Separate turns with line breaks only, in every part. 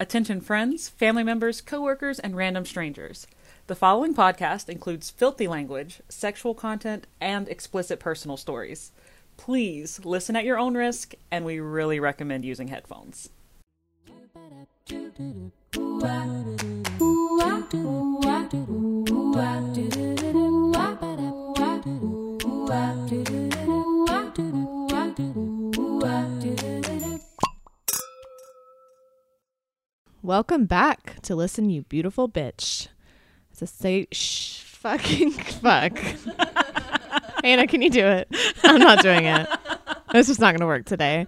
Attention friends, family members, coworkers, and random strangers. The following podcast includes filthy language, sexual content, and explicit personal stories. Please listen at your own risk, and we really recommend using headphones.
Welcome back to Listen You Beautiful Bitch. It's a say shh fucking fuck. Anna, can you do it? I'm not doing it. This is not going to work today.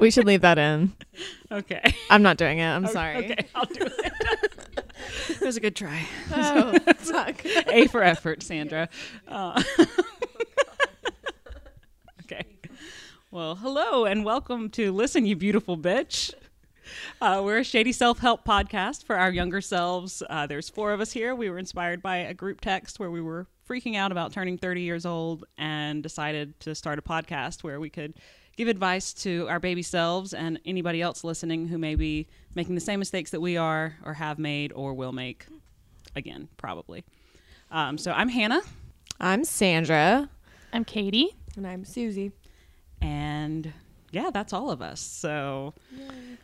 We should leave that in.
Okay.
I'm not doing it. I'm sorry.
Okay, I'll do it. it was a good try.
Oh, fuck.
A for effort, Sandra. Uh, okay. Well, hello and welcome to Listen, You Beautiful Bitch. Uh, we're a shady self help podcast for our younger selves. Uh, there's four of us here. We were inspired by a group text where we were freaking out about turning 30 years old and decided to start a podcast where we could give advice to our baby selves and anybody else listening who may be making the same mistakes that we are, or have made, or will make again, probably. Um, so I'm Hannah,
I'm Sandra.
I'm Katie.
And I'm Susie.
and yeah, that's all of us. So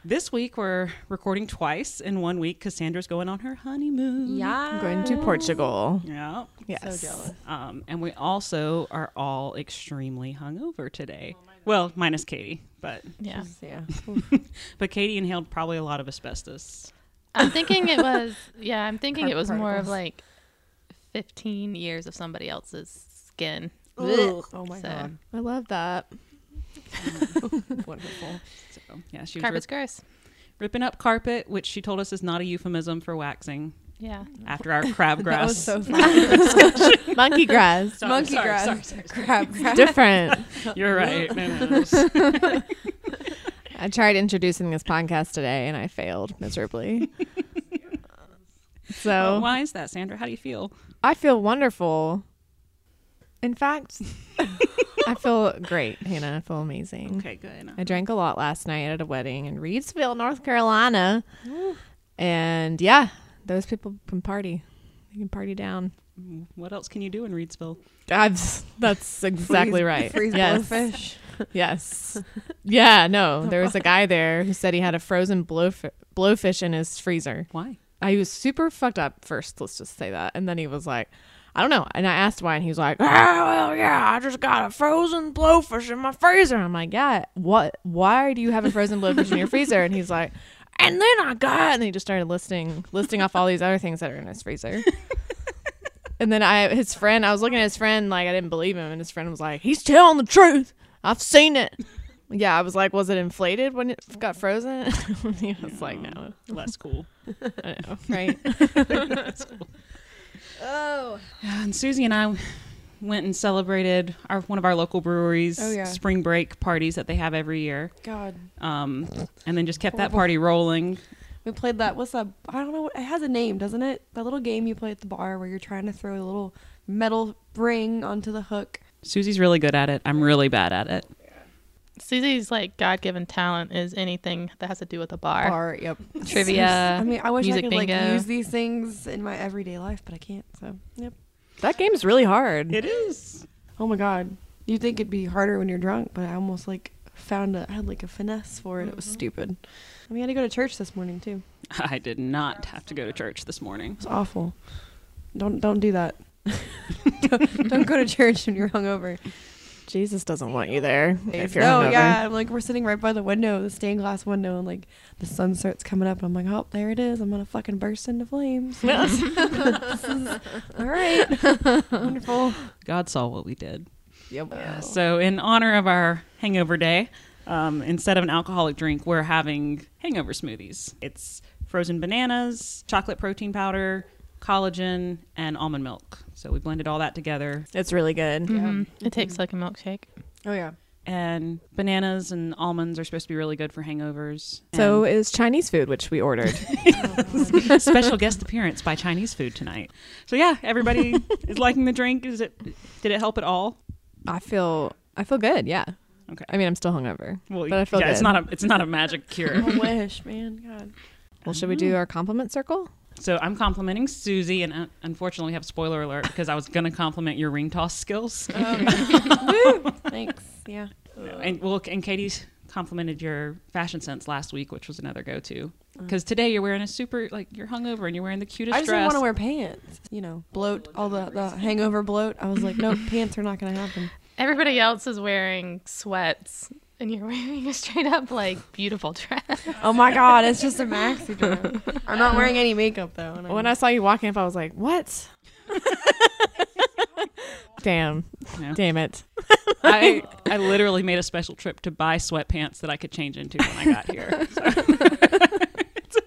this week we're recording twice in one week because Sandra's going on her honeymoon.
I'm going to Portugal.
Yeah.
Yes.
Um, and we also are all extremely hungover today. well, minus Katie, but
Yeah.
Yeah.
but Katie inhaled probably a lot of asbestos.
I'm thinking it was, yeah, I'm thinking it was more of
particles.
like 15 years of somebody else's skin.
Oh my
So,
god.
I love that.
Wonderful.
So yeah, she was
Carpet's
rip-
gross.
ripping up carpet, which she told us is not a euphemism for waxing.
Yeah.
After our crabgrass,
That was so funny.
Monkey grass.
Sorry,
Monkey
sorry,
grass.
sorry, sorry,
Crab grass.
Different.
sorry. You're right. No, no, no, no.
I tried introducing this podcast today and I failed miserably. So
Why is that, Sandra? How do you feel?
I feel wonderful. In fact, I feel great, Hannah. I feel amazing.
Okay, good.
I drank a lot last night at a wedding in Reidsville, North Carolina. And yeah, those people can party. They can party down.
What else can you do in Reedsville?
That's that's exactly
Freeze-
right.
Freeze
yes.
blowfish.
Yes. Yeah, no. There was a guy there who said he had a frozen blowf- blowfish in his freezer.
Why?
I was super fucked up first. Let's just say that. And then he was like, I don't know. And I asked why, and he was like, Oh well, yeah, I just got a frozen blowfish in my freezer. I'm like, Yeah, what? Why do you have a frozen blowfish in your freezer? And he's like, And then I got, and he just started listing listing off all these other things that are in his freezer. and then I, his friend, I was looking at his friend like I didn't believe him, and his friend was like, He's telling the truth. I've seen it. Yeah, I was like, was it inflated when it got frozen? he was like, no,
Less cool.
I know, right?
And Susie and I went and celebrated our one of our local breweries'
Oh, yeah.
spring break parties that they have every year,
God.
um, and then just kept that
Horrible.
party rolling.
We played that. What's that? I don't know. It has a name, doesn't it? That little game you play at the bar where you're trying to throw a little metal ring onto the hook.
Susie's really good at it. I'm really bad at it.
Susie's like God given talent is anything that has to do with a bar.
Bar. Yep.
Trivia.
I mean, I wish I
music
could like
bingo.
use these things in my everyday life, but I can't. So. Yep.
That game's really hard.
It is.
Oh my god. You would think it'd be harder when you're drunk, but I almost like found a I had like a finesse for it. It was stupid. I mean, I had to go to church this morning too.
I did not have to go to church this morning.
It's awful. Don't don't do that. don't, don't go to church when you're hungover.
Jesus doesn't want you there if you're
no,
hungover.
yeah, I'm like we're sitting right by the window, the stained glass window, and like the sun starts coming up. And I'm like, oh, there it is. I'm gonna fucking burst into flames. This is- all right, wonderful.
God saw what we did.
Yep.
Yeah, so, in honor of our hangover day, um, instead of an alcoholic drink, we're having hangover smoothies. It's frozen bananas, chocolate protein powder, collagen, and almond milk. So, we blended all that together.
It's really good.
Mm-hmm.
Mhm. It tastes like a milkshake.
Oh yeah.
And bananas and almonds are supposed to be really good for hangovers.
So is Chinese food, which we ordered.
And special guest appearance by Chinese food tonight. So, yeah, everybody is liking the drink. Is it? Did it help at all?
I feel I feel good. Yeah,
Okay.
I mean, I'm still hungover.
Well,
But I feel
yeah, it's
good.
not a it's not a magic cure.
I wish, man. God.
Well, should we
Mm-hmm.
do our compliment circle?
so I'm complimenting Susie, and uh, unfortunately, we have spoiler alert because I was gonna compliment your ring toss skills,
Um, Thanks. Yeah.
and well, and Katie's complimented your fashion sense last week, which was another go-to. Because today you're wearing a super like you're hungover and you're wearing the cutest
Uh. I just didn't
dress.
want to wear pants. You know, bloat, all the, the hangover bloat. I was like, no, pants are not going to happen.
Everybody else is wearing sweats, and you're wearing a straight up like beautiful dress.
Oh my God, it's just a maxi dress. I'm not wearing any makeup though. and I'm-
When I saw you walking up, I was like, what? Damn.
No.
Damn it.
I, I literally made a special trip to buy sweatpants that I could change into when I got here. So.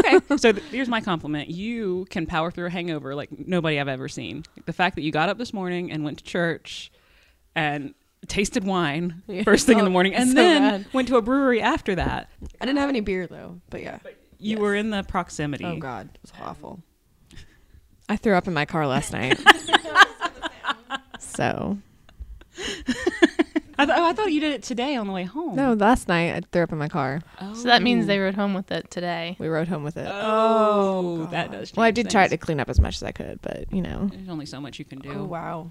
okay, so th- here's my compliment. You can power through a hangover like nobody I've ever seen. Like, the fact that you got up this morning and went to church and tasted wine
Yeah.
first thing in the
Oh,
morning and
so
then
bad.
went to a brewery after that,
I didn't have any beer though, but yeah.
you were in the proximity.
Oh God, it was awful.
I threw up in my car last night. so,
I, th- oh, I thought you did it today on the way home.
no, last night I threw up in my car.
Oh.
So that means they rode home with it today.
We rode home with it.
Oh, that does.
Well, I
change
did try
things.
to clean up as much as I could, but you know.
There's only so much you can do.
Oh wow.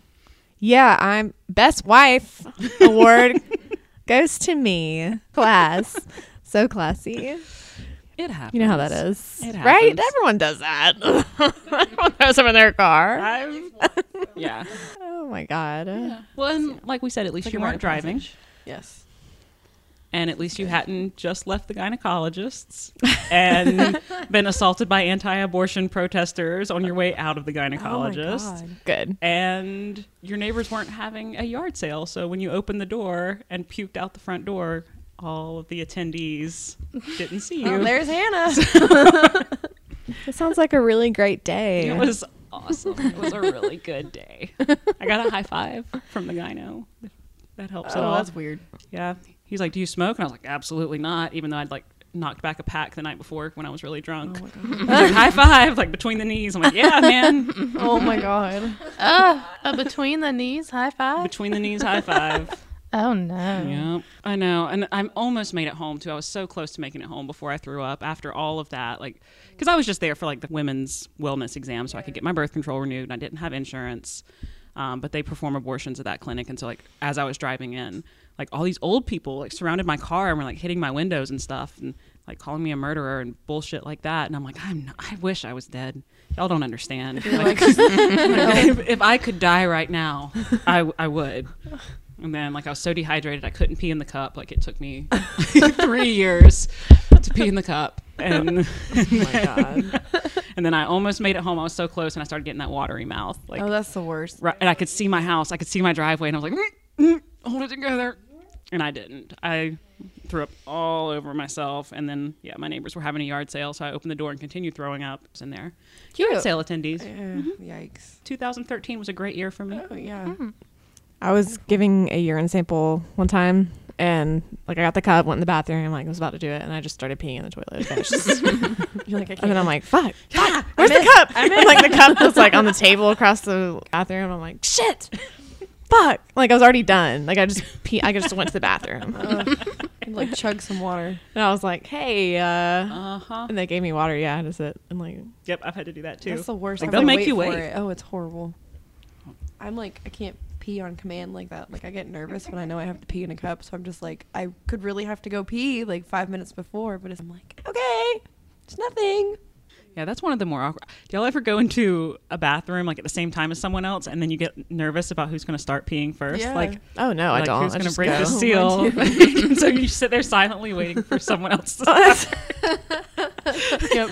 Yeah, I'm best wife award goes to me. Class. So classy.
It happens.
You know how that is.
It
right?
happens.
Everyone does that. Everyone throws up in their car.
I'm, yeah.
Oh my god.
Well, and like we said, at least
like
you
a rite
weren't
of
driving,
Yes.
and at least you hadn't just left the gynecologists and been assaulted by anti-abortion protesters on your way out of the
Oh
gynecologist.
Good.
And your neighbors weren't having a yard sale, so when you opened the door and puked out the front door, all of the attendees didn't see you.
Oh, there's Hannah.
It sounds like a really great day.
it was awesome. It was a really good day. I got a high five from the gyno. if That helps at all.
weird.
Yeah. He's like, Do you smoke? And I was like, Absolutely not, even though I'd like knocked back a pack the night before when I was really drunk. He's like, High five, like between the knees. I'm like, Yeah, man.
Oh my God.
Oh, a between the knees high five.
between the knees, high five.
Oh no.
Yep. I know. And I'm almost made it home too. I was so close to making it home before I threw up after all of that. Like, because I was just there for like the women's wellness exam so I could get my birth control renewed and I didn't have insurance. Um, but they perform abortions at that clinic. And so, like, as I was driving in, like, all these old people like surrounded my car and were like hitting my windows and stuff and like calling me a murderer and bullshit like that. And I'm like, I'm not, I wish I was dead. Y'all don't understand. Like,
"Oh
if, if I could die right now, I, I would. And then, like, I was so dehydrated, I couldn't pee in the cup. Like, it took me three years to pee in the cup. And,
oh my god.
and then I almost made it home. I was so close, and I started getting that watery mouth. Like,
Oh, that's the worst.
right, and I could see my house, I could see my driveway, and I was like, "Mm, mm, hold it together. And I didn't. I threw up all over myself. And then, yeah, my neighbors were having a yard sale, so I opened the door and continued throwing up. It's in there. Yard sale attendees.
Uh, Yikes.
2013 was a great year for me.
Oh yeah.
I was giving a urine sample one time and like I got the cup, went in the bathroom, I'm like I was about to do it and I just started peeing in the toilet. I was just-
You're like I
and
can't.
then I'm like, fuck, fuck, where's the cup? And, like the cup was like on the table across the bathroom. I'm like, shit. Fuck. Like I was already done. Like I just pee I just went to the bathroom.
I'd like chug some water.
And I was like, hey, uh
Uh huh.
and they gave me water, yeah, that's it. And like
Yep, I've had to do that too.
That's the worst.
Like,
I
they'll
would
make you
For
wait.
it. Oh, it's horrible. I'm like I can't pee on command like that. Like I get nervous when I know I have to pee in a cup, so I'm just like I could really have to go pee like five minutes before, but it's, I'm like okay, it's nothing.
Yeah, that's one of the more awkward. Do y'all ever go into a bathroom like at the same time as someone else, and then you get nervous about who's going to start peeing first?
Yeah.
Like,
Oh no, I
like
don't.
who's
I
going to
just
break
go.
the seal? so you sit there silently waiting for someone else to.
Yep.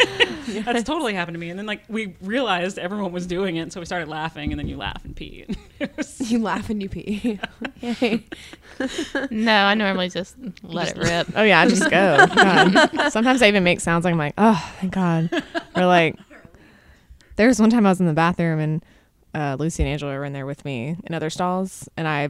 That's totally happened to me. And then like we realized everyone was doing it, so we started laughing, and then you laugh and pee. It was-
you laugh and you pee. Yay.
No, I normally just let it rip.
Oh yeah, I just go. God. Sometimes I even make sounds like I'm like, oh thank God. Or like there was one time I was in the bathroom and uh, Lucy and Angela were in there with me in other stalls and I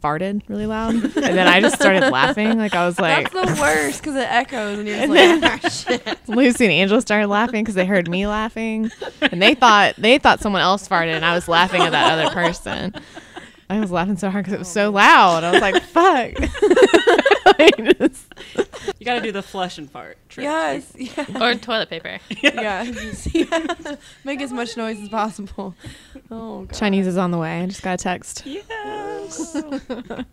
farted really loud and then I just started laughing. Like I was like
That's the worst because it echoes and you're just like, "Ah, shit.
Lucy and Angela started laughing because they heard me laughing and they thought they thought someone else farted and I was laughing at that other person. I was laughing so hard because it was so loud. I was like, fuck. I just-
You got to do the flush and fart trick.
Yes, yeah,
or toilet paper.
yeah. yeah. Make as much noise as possible. Oh, God.
Chinese is on the way. I just got a text.
Yes.
Oh, gosh.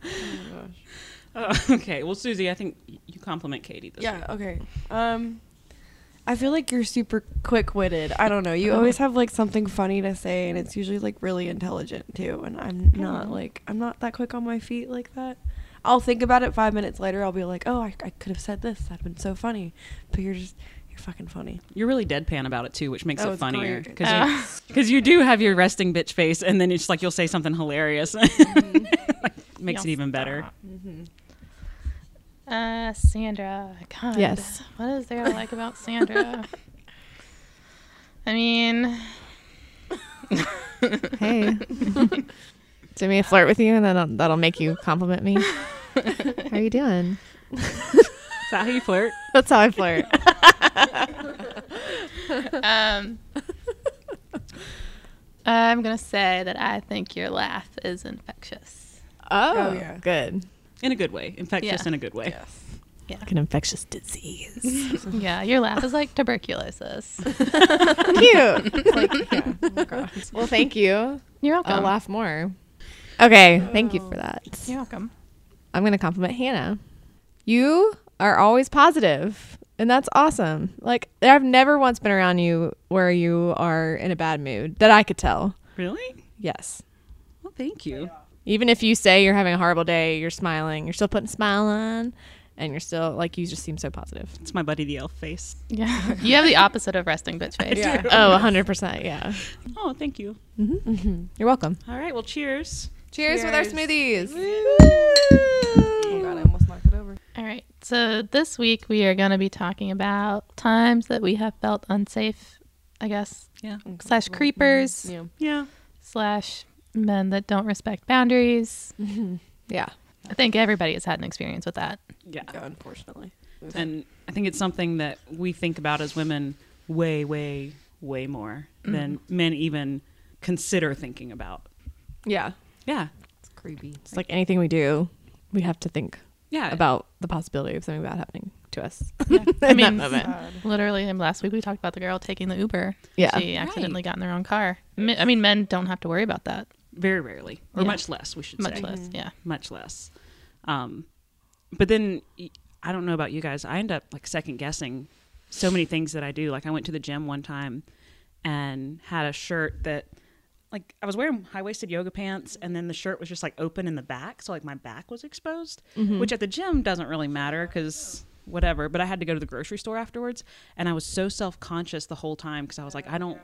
Oh, okay. Well, Susie, I think y- you compliment Katie this
Yeah.
week.
Okay. Um, I feel like you're super quick-witted. I don't know. You always have like something funny to say, and it's usually like really intelligent too. And I'm not like I'm not that quick on my feet like that. I'll think about it five minutes later. I'll be like, oh, I, I could have said this. That'd been so funny. But you're just you're fucking funny.
You're really deadpan about it too, which makes
Oh,
it
it's
funnier
great.
because
Uh,
you, do have your resting bitch face, and then it's just like you'll say something hilarious, Like, makes it
Mm-hmm. Y'all
even better.
stop. Uh, Sandra. God.
Yes.
What is there I like about Sandra? I mean,
Hey. Do me a flirt with you, and then that'll, that'll make you compliment me. How are you doing?
Is that how you flirt?
That's how I flirt.
um, I'm gonna say that I think your laugh is infectious.
Oh,
yeah.
good.
In a good way, infectious
Yeah.
in a good way.
Like an infectious disease.
yeah, your laugh is like tuberculosis.
Like,
Cute.
yeah. Oh my God.
Well, thank you.
You're
I'll
welcome.
laugh more. Okay, thank you for that.
You're welcome.
I'm going to compliment Hannah. You are always positive, and that's awesome. Like, I've never once been around you where you are in a bad mood that I could tell.
Really?
Yes.
Well, thank you.
Even if you say you're having a horrible day, you're smiling, you're still putting a smile on, and you're still like, you just seem so positive.
It's my buddy the elf face.
Yeah, you have the opposite of resting bitch face.
Yeah.
Oh, 100%. Yeah. Mm-hmm,
Oh, thank you.
You're welcome.
All right. Well, cheers.
Cheers, with our smoothies.
Oh God. I almost knocked it over.
All right. So this week we are going to be talking about times that we have felt unsafe, I guess,
Yeah.
slash creepers,
mm,
Yeah.
Yeah.
slash men that don't respect boundaries.
Mm-hmm. Yeah.
I think everybody has had an experience with that.
Yeah.
Yeah. Unfortunately.
And I think it's something that we think about as women way, way, way more than
Mm-hmm.
men even consider thinking about.
Yeah.
Yeah.
It's creepy.
It's like anything we do, we have to think
Yeah.
about the possibility of something bad happening to us.
I mean,
Sad.
literally, and last week we talked about the girl taking the Uber.
Yeah.
She accidentally got in the wrong car. Me- I mean, men don't have to worry about that.
very rarely, or
Yeah.
much less, we should
Much
say.
less. Yeah.
Much less. Um, but then y- I don't know about you guys. I end up like second guessing so many things that I do. Like I went to the gym one time and had a shirt that like I was wearing high waisted yoga pants and then the shirt was just like open in the back, so like my back was exposed, which at the gym doesn't really matter cuz whatever, but I had to go to the grocery store afterwards and I was so self-conscious the whole time cuz I was like I don't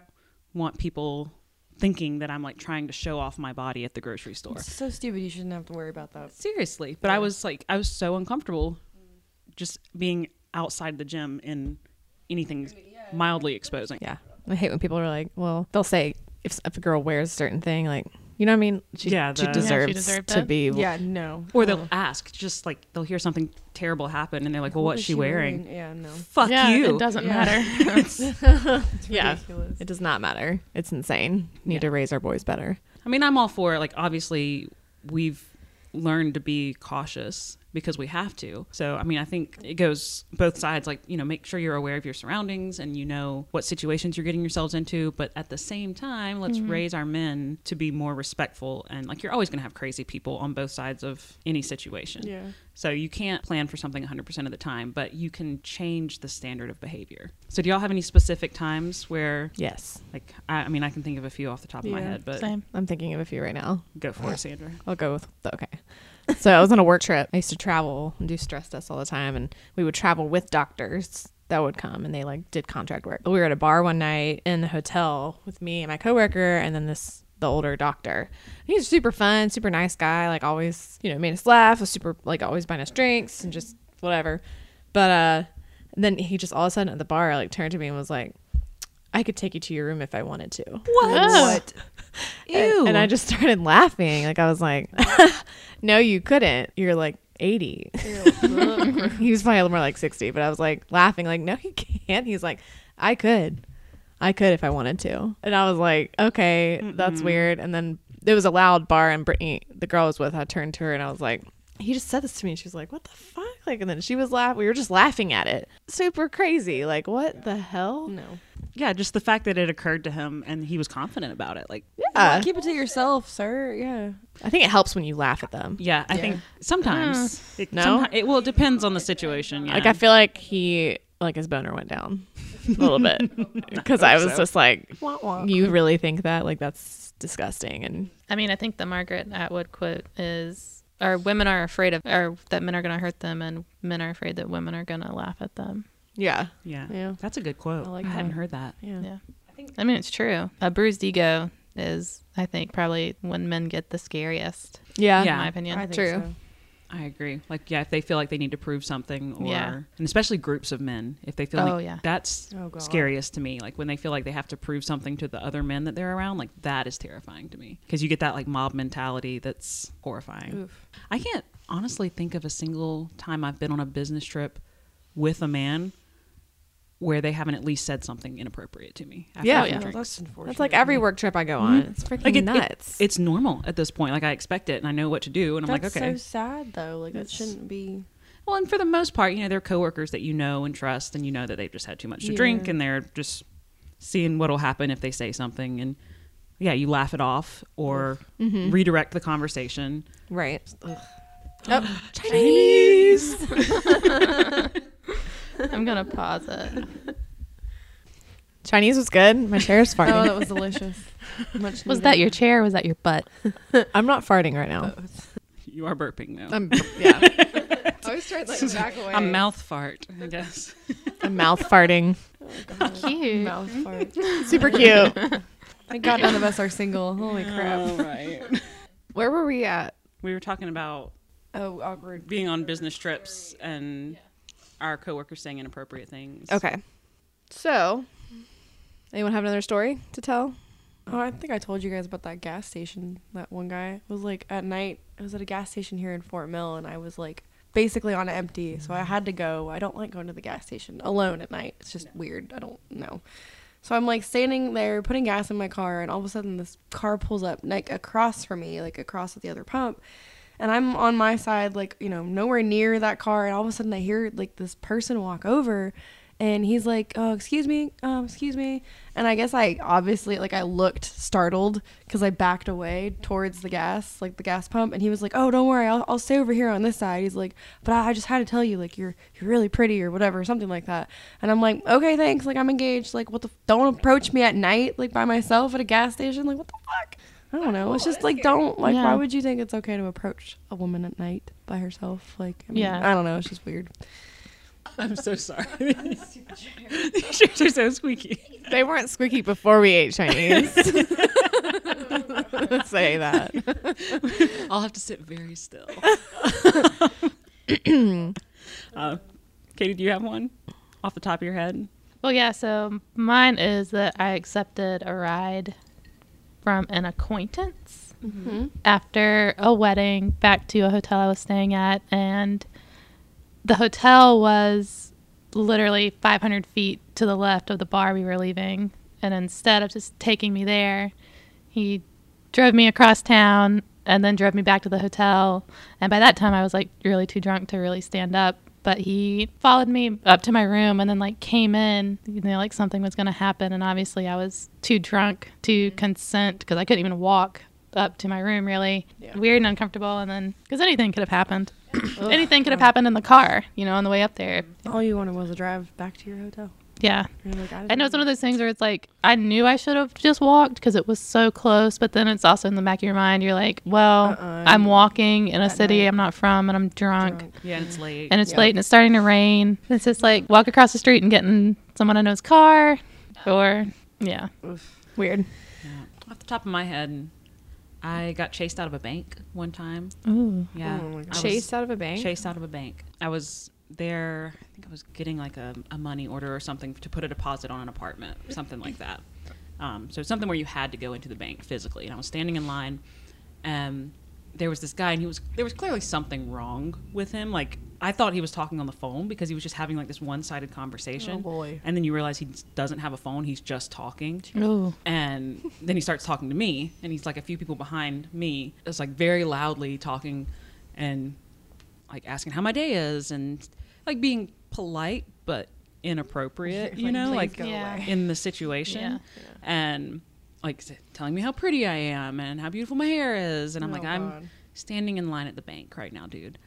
want people thinking that I'm like trying to show off my body at the grocery store.
It's so stupid. You shouldn't have to worry about that.
Seriously. But I was like, I was so uncomfortable just being outside the gym in anything mildly exposing.
Yeah. I hate when people are like, well, they'll say if, if a girl wears a certain thing, like, you know what I mean? She,
Yeah,
she
the- Yeah, she
deserves
deserved
to
it.
be.
Yeah. No. Oh.
Or they'll ask, just like they'll hear something terrible happen and they're Oh. like, well, what's
is
she, wearing?
Yeah. No.
Fuck
yeah,
you.
It doesn't
Yeah.
matter.
Yeah.
Ridiculous.
It does not matter. It's insane. Need
Yeah.
to raise our boys better.
I mean, I'm all for it. Like, obviously, we've learned to be cautious because we have to. So, I mean, I think it goes both sides. Like, you know, make sure you're aware of your surroundings and you know what situations you're getting yourselves into. But at the same time, let's
Mm-hmm.
raise our men to be more respectful. And like, you're always going to have crazy people on both sides of any situation.
Yeah.
So you can't plan for something 100% of the time, but you can change the standard of behavior. So, do y'all have any specific times where?
Yes.
Like I, I mean, I can think of a few off the top of my
Yeah,
head, but
Same.
I'm thinking of a few right now.
go for it, Sandra.
I'll go with the okay. So I was on a work trip. I used to travel and do stress tests all the time, and we would travel with doctors that would come, and they like did contract work. We were at a bar one night in the hotel with me and my coworker, and then this the older doctor. He was super fun, super nice guy. Like always, you know, made us laugh. Was super like always buying us drinks and just whatever. But uh, then he just all of a sudden at the bar like turned to me and was like, "I could take you to your room if I wanted to."
What?
And, and I just started laughing. Like I was like, "No, you couldn't. You're like 80." he was probably a little more like 60, but I was like laughing like, "No, you can't." He's like, "I could. I could if I wanted to." And I was like, "Okay, that's weird." And then it was a loud bar, and Brittany, the girl I was with, I turned to her and I was like, "He just said this to me." She was like, "What the fuck?" Like, and then she was laughing. We were just laughing at it. Super crazy. Like, what the hell?
No.
Yeah, just the fact that it occurred to him and he was confident about it. Like,
Yeah.
Keep it to yourself, sir. Yeah.
I think it helps when you laugh at them.
yeah, I
Yeah.
think sometimes it,
No?
someti- it well it depends on the situation. Yeah.
Like I feel like he like his boner went down a little bit because I was just like, you really think that? Like that's disgusting. And
I mean, I think the Margaret Atwood quote is, "Or women are afraid of, or that men are going to hurt them, and men are afraid that women are going to laugh at them."
yeah,
yeah,
Yeah.
that's a good quote. I,
I like
hadn't
that.
heard that.
Yeah.
Yeah. I mean, it's true. A bruised ego is, I think, probably when men get the scariest,
yeah,
Yeah.
in my opinion.
I think
true.
so.
I agree. Like, yeah, if they feel like they need to prove something, or
Yeah.
and especially groups of men, if they feel
Oh,
like
yeah.
that's
Oh, God.
scariest to me. Like when they feel like they have to prove something to the other men that they're around, like that is terrifying to me because you get that like mob mentality that's horrifying.
Oof.
I can't honestly think of a single time I've been on a business trip with a man where they haven't at least said something inappropriate to me. after
Yeah.
a few
Yeah.
drinks.
that's unfortunate.
That's like every work trip I go on. It's freaking
Like, it- it-
nuts.
It's normal at this point. Like I expect it and I know what to do and I'm
That's
like, okay.
so sad though. Like that
That's-
shouldn't be.
Well, and for the most part, you know, they're coworkers that you know and trust, and you know that they've just had too much to
Yeah.
drink, and they're just seeing what'll happen if they say something, and yeah, you laugh it off or
Mm-hmm.
redirect the conversation.
right. Oh,
Chinese.
I'm going to pause it.
Chinese was good. My chair's
Oh,
farting.
that was delicious. Much
Was
needed.
that your chair? Or was that your butt?
I'm not farting right now.
You are burping though.
I'm yeah.
I always tried like back away.
a mouth fart, I guess.
I'm mouth farting.
Cute.
Mouth fart.
Super cute.
Thank God none of us are single. Holy crap.
All right.
Where were we at?
We were talking about
Oh, awkward.
being on business trips and our coworkers saying inappropriate things.
Okay. So, anyone have another story to tell?
Oh, I think I told you guys about that gas station. That one guy was like at night. I was at a gas station here in Fort Mill, and I was like basically on empty, so I had to go. I don't like going to the gas station alone at night. It's just weird. I don't know. So I'm like standing there putting gas in my car, and all of a sudden this car pulls up like across from me, like across at the other pump. And I'm on my side, like, you know, nowhere near that car. And all of a sudden I hear like this person walk over and he's like, oh, excuse me, um, excuse me. And I guess I obviously, like, I looked startled because I backed away towards the gas, like the gas pump. And he was like, oh, don't worry, I'll, I'll stay over here on this side. He's like, but I, I just had to tell you, like, you're, you're really pretty or whatever, something like that. And I'm like, okay, thanks. Like, I'm engaged. Like, what the, f- don't approach me at night, like, by myself at a gas station. Like, what the fuck? I don't know. It's just like don't like.
Yeah.
Why would you think it's okay to approach a woman at night by herself? Like, I mean,
Yeah.
I don't know. It's just weird.
I'm so sorry. These chairs are so squeaky.
They weren't squeaky before we ate Chinese. Let's say that.
I'll have to sit very still. uh, Katie, do you have one off the top of your head?
Well, yeah, so mine is that I accepted a ride from an acquaintance
Mm-hmm.
after a wedding back to a hotel I was staying at. And the hotel was literally 500 feet to the left of the bar we were leaving. And instead of just taking me there, he drove me across town and then drove me back to the hotel. And by that time, I was like really too drunk to really stand up. But he followed me up to my room and then like came in, you know, like something was going to happen. And obviously, I was too drunk to consent because I couldn't even walk up to my room really weird and uncomfortable and then because anything could have happened anything could have happened in the car you know on the way up there
All you wanted was a drive back to your hotel.
yeah
You're like, I,
I know it's one of those things where it's like I knew I should have just walked because it was so close, but then it's also in the back of your mind. You're like, well,
Uh-uh,
I'm walking in a
at
city
night.
I'm not from, and I'm drunk,
Yeah, it's late.
and it's
Yeah.
late, and it's starting to rain. It's just like walk across the street and get in someone I know's car, or yeah,
Weird.
off the top of my head, I got chased out of a bank one time.
ooh,
Yeah,
Oh my God.
I was
Chased out of a bank.
chased out of a bank. I was there. I think I was getting like a, a money order or something to put a deposit on an apartment, something like that. Um, so something where you had to go into the bank physically. And I was standing in um, line, and there was this guy, and he was there was clearly something wrong with him. Like I thought he was talking on the phone because he was just having like this one-sided conversation.
Oh, boy.
And then you realize he doesn't have a phone; he's just talking.
Ooh.
And then he starts talking to me, and he's like a few people behind me, just like very loudly talking, and like asking how my day is, and like being polite but inappropriate, you
Like,
know,
please
like
go
Yeah.
away.
in the situation
Yeah.
and like s- telling me how pretty I am and how beautiful my hair is and I'm
Oh,
like I'm
God.
standing in line at the bank right now dude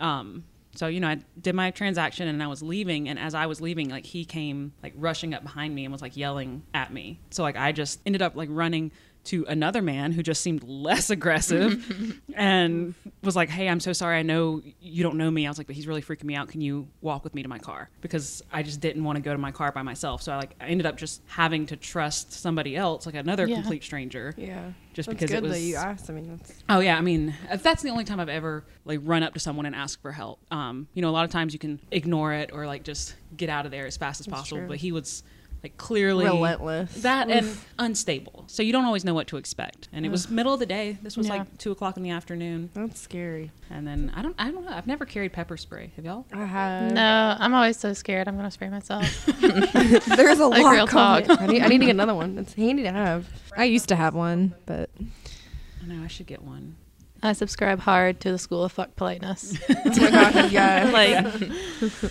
um so you know I did my transaction and I was leaving and as I was leaving like he came like rushing up behind me and was like yelling at me so like I just ended up like running to another man who just seemed less aggressive and was like hey I'm so sorry I know you don't know me I was like but he's really freaking me out can you walk with me to my car because I just didn't want to go to my car by myself so I like I ended up just having to trust somebody else like another
Yeah.
complete stranger
Yeah.
Just
That's
because it
good that
was-
you asked. I mean, that's
Oh yeah, I mean if that's the only time I've ever like run up to someone and ask for help. Um, you know, a lot of times you can ignore it or like just get out of there as fast as
That's
possible.
true.
But he was like clearly
relentless.
That and unstable, so you don't always know what to expect. And it was middle of the day. This was
Yeah.
like two o'clock in the afternoon,
That's scary.
and then I don't, I don't know. I've never carried pepper spray. Have y'all?
I have.
No, I'm always so scared I'm gonna spray myself.
There's a
Like
lot
real
real
talk.
I need, I need to get another one. It's handy to have.
I used to have one, but
I know I should get one.
I subscribe hard to the school of fuck politeness.
Oh my god, yeah.
like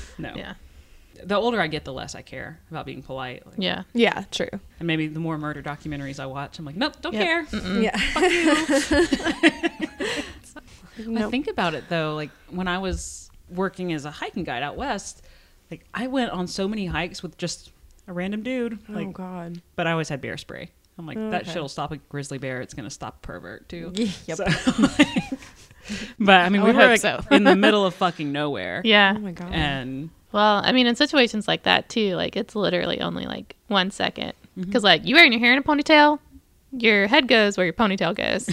No.
yeah.
The older I get, the less I care about being polite. Like,
Yeah.
yeah, true.
And maybe the more murder documentaries I watch, I'm like, nope, don't
Yep.
care.
Yeah.
I think about it though, like when I was working as a hiking guide out west, like I went on so many hikes with just a random dude. Like,
oh god.
but I always had bear spray. I'm like, that
Okay.
shit'll stop a grizzly bear. It's gonna stop a pervert too.
Yep.
So, like- but I mean,
I
we
would
were like,
hope so.
in the middle of fucking nowhere.
Yeah.
Oh my god.
And
Well, I mean, in situations like that too, like it's literally only like one second,
Mm-hmm.
because like you wearing your hair in a ponytail, your head goes where your ponytail goes.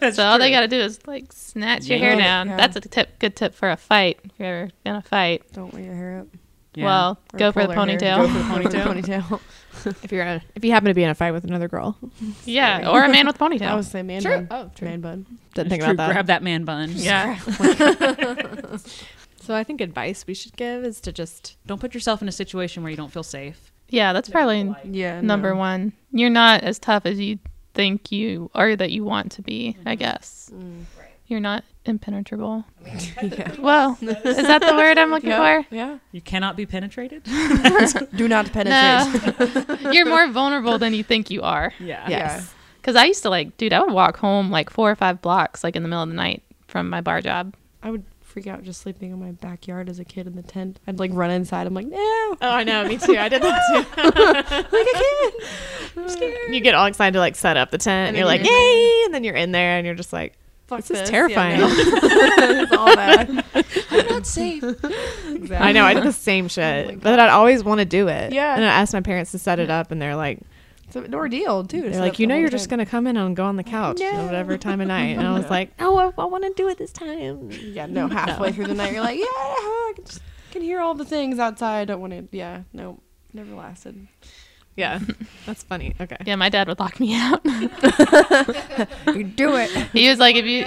that's
so all they
true.
gotta do is like snatch your hair
Yeah.
down.
Yeah.
That's a tip, good tip for a fight. If you're ever gonna fight,
Don't wear your hair up.
Yeah.
well,
Or
go for
pull
the
their hair. Go
ponytail.
for the ponytail. ponytail.
if you're in, if you happen to be in a fight with another girl,
yeah, or a man with
I
a ponytail.
was saying man
True.
bun.
Oh, true.
Man bun.
didn't think
It's true.
about that.
Grab that man bun.
yeah,
So I think advice we should give is to just
Don't put yourself in a situation where you don't feel safe.
yeah, that's probably
Yeah.
number
no.
one. You're not as tough as you think you are that you want to be. I
Mm-hmm.
guess
Mm.
you're not impenetrable.
yeah.
Well, is that the word I'm looking for?
yeah.
You cannot be penetrated.
Do not penetrate.
No. You're more vulnerable than you think you are.
Yeah.
yes,
Because I used to like, dude, I would walk home like four or five blocks, like in the middle of the night from my bar job.
I would freak out just sleeping in my backyard as a kid in the tent. I'd like run inside. I'm like, no.
Oh, I know. Me too. I did that too. You get all excited to like set up the
And
tent, and you're
then
like,
you're
"Yay!" And then you're in there, and you're just like,
Fuck
"This is
this. Yeah,
terrifying."
no. it's all bad.
I'm not safe.
Exactly.
I know. I did the same
my
shit,
God.
but I'd always want to do it.
Yeah.
And I asked my parents to set it up, and they're like,
It's an ordeal, too.
"They're like, you know, you're just gonna come in and go on the couch at
No.
whatever time of night." And I was like, "Oh, I, I want to do it this time."
Yeah, no. Halfway through the night, you're like, yeah, I can, just, can hear all the things outside. Don't want to. Yeah, no. Never lasted.
Yeah, that's funny. Okay.
Yeah, my dad would lock me out.
You do it.
he was like, if you,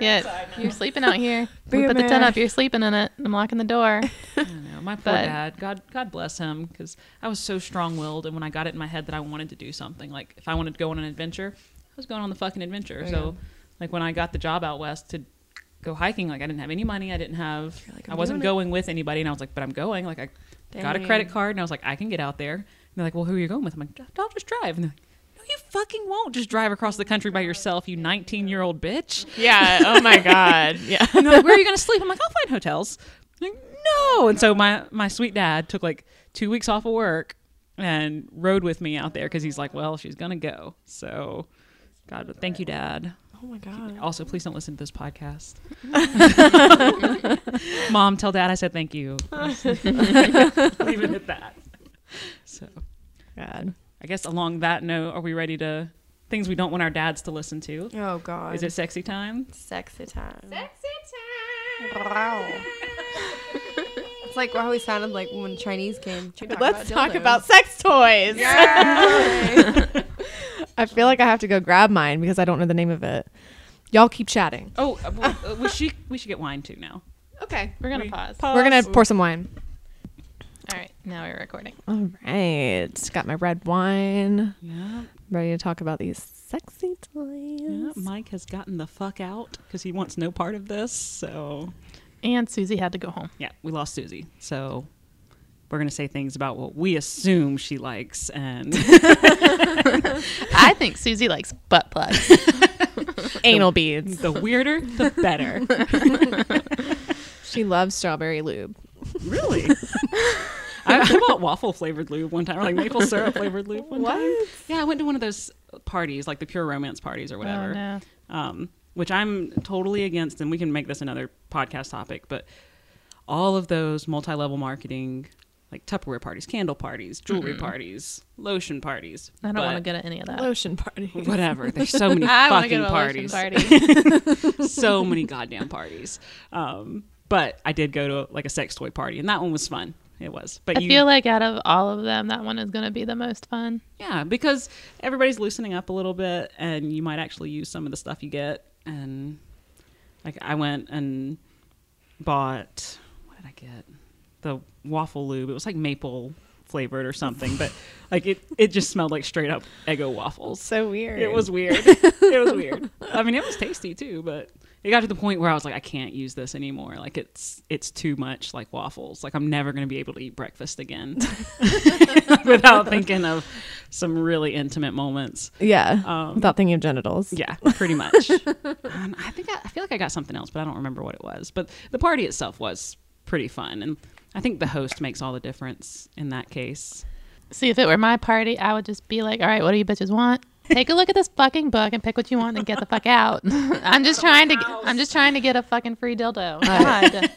yeah, you're sleeping out here.
Be
we
a
put the tent
man.
up, you're sleeping in it. I'm locking the door.
I don't know. My poor
But-
dad. God, God bless him, because I was so strong-willed, and when I got it in my head that I wanted to do something, like if I wanted to go on an adventure, I was going on the fucking adventure.
Oh, Yeah.
So, like when I got the job out west to go hiking, like I didn't have any money. I didn't have.
You're like,
I
I'm
wasn't
doing it.
going with anybody, and I was like, but I'm going. Like I got a credit
Dang.
card, and I was like, I can get out there. And they're like, well, who are you going with? I'm like, I'll just drive. And they're like, no, you fucking won't just drive across the country by yourself, you 19-year-old bitch.
Yeah. Oh my God. Yeah.
And they're like, where are you going to sleep? I'm like, I'll find hotels. I'm like, no. And so my, my sweet dad took like two weeks off of work and rode with me out there because he's like, well, she's going to go. So, God, but thank you, Dad.
Oh my god.
Also, please don't listen to this podcast. Mom, tell Dad I said thank you. Leave it at that. So,
Oh God.
I guess along that note, are we ready to things we don't want our dads to listen to?
Oh god.
Is it sexy time?
sexy time? Sexy time. Wow. it's like wow, we sounded like when Chinese came. Should we
Let's talk
dildos?
about sex toys.
Yay!
I feel like I have to go grab mine because I don't know the name of it. Y'all keep chatting.
Oh, uh, well, uh, we should we should get wine too now.
Okay.
We're gonna
We
pause.
pause.
We're gonna pour some wine.
All right, now we're recording.
All right. Got my red wine.
Yeah,
Ready to talk about these sexy toys.
yeah. Mike has gotten the fuck out because he wants no part of this. So
And Susie had to go home.
yeah, we lost Susie. So we're gonna say things about what we assume she likes, and
I think Susie likes butt plugs.
Anal beads.
the weirder, the better.
She loves strawberry lube.
Really? I, I bought waffle flavored lube one time, or like maple syrup flavored lube one time. Yeah, I went to one of those parties, like the pure romance parties or whatever.
Oh, no.
um, which I'm totally against, and we can make this another podcast topic, but all of those multi level marketing, like Tupperware parties, candle parties, jewelry parties, lotion parties.
I don't
but
want to go to any of that.
Lotion party.
Whatever. There's so many
I want to
fucking
go to a
parties.
lotion party.
so many goddamn parties. Um, but I did go to like a sex toy party, and that one was fun. It was. But
I
you,
feel like out of all of them, that one is going to be the most fun.
yeah, because everybody's loosening up a little bit, and you might actually use some of the stuff you get. And like, I went and bought what did I get? The waffle lube. It was like maple flavored or something, but like it, it just smelled like straight up Eggo waffles.
So weird.
It was weird. it was weird. I mean, it was tasty too, but it got to the point where I was like, I can't use this anymore. Like it's it's too much like waffles. Like I'm never gonna be able to eat breakfast again without thinking of some really intimate moments.
Yeah.
Um,
Without thinking of genitals.
Yeah, pretty much. um, I think I, I feel like I got something else, but I don't remember what it was. But the party itself was pretty fun, and I think the host makes all the difference in that case.
See, if it were my party, I would just be like, all right, what do you bitches want? Take a look at this fucking book and pick what you want and get the fuck out. I'm just trying to I'm just trying to get a fucking free dildo. God.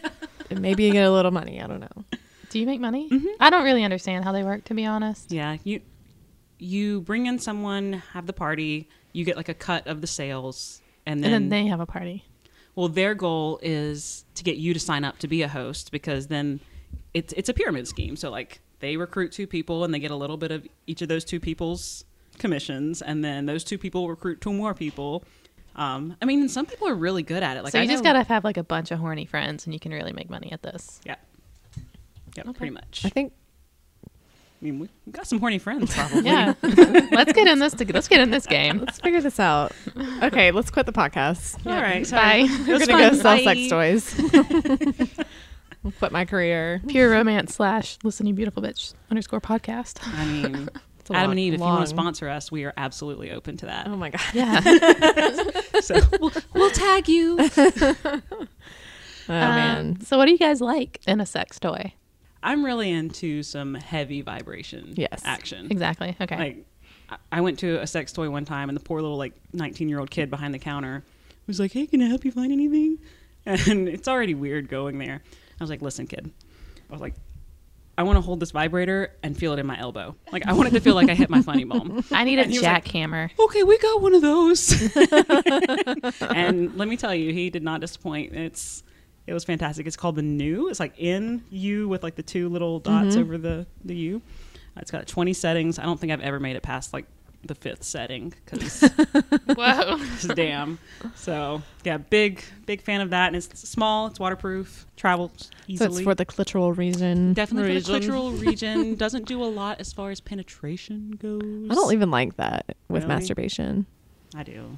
Maybe you get a little money. I don't know.
do you make money? I don't really understand how they work to be honest.
Mm-hmm. Yeah, you you bring in someone, have the party, you get like a cut of the sales, and then,
And, then they have a party.
well, their goal is to get you to sign up to be a host because then it's it's a pyramid scheme. So like they recruit two people and they get a little bit of each of those two people's commissions, and then those two people recruit two more people. Um, I mean, and some people are really good at it. Like
so
I
you just
know-
got to have like a bunch of horny friends and you can really make money at this.
yeah, yeah, pretty much.
I
I
think
mean, we we got some horny friends probably.
Yeah. let's get in this to, let's get in this game.
let's figure this out. Okay, let's quit the podcast.
All right, so
Bye.
We're
was
gonna go
fun.
sell
Bye.
sex toys. I'll quit my career.
Pure romance slash listen you beautiful bitch underscore podcast.
I mean.
It's a
Adam
long-
and Eve, if you want
long-
to sponsor us, we are absolutely open to that.
Oh my god.
Yeah.
So we'll, we'll tag you.
Oh
Um,
man.
So what do you guys like in a sex toy?
I'm really into some heavy vibration
Yes.
action.
Exactly. Okay.
Like, I- I went to a sex toy one time, and the poor little like 19 year old kid behind the counter was like, "Hey, can I help you find anything?" And it's already weird going there. I was like, "Listen, kid," I was like. I want to hold this vibrator and feel it in my elbow. Like I want it to feel like I hit my funny bone.
I need a
And he was like-
jackhammer.
okay, we got one of those. and let me tell you, he did not disappoint. It's it was fantastic. It's called the new. It's like N U with like the two little dots
Mm-hmm.
over the the U. Uh, It's got 20 settings. I don't think I've ever made it past like the fifth setting because
Whoa.
damn. So yeah, big big fan of that. And it's small. It's waterproof. Travels
So it's
easily.
for the clitoral region.
Definitely for the
Region.
clitoral region. Doesn't do a lot as far as penetration goes.
I don't even like that with
Really?
masturbation.
I do,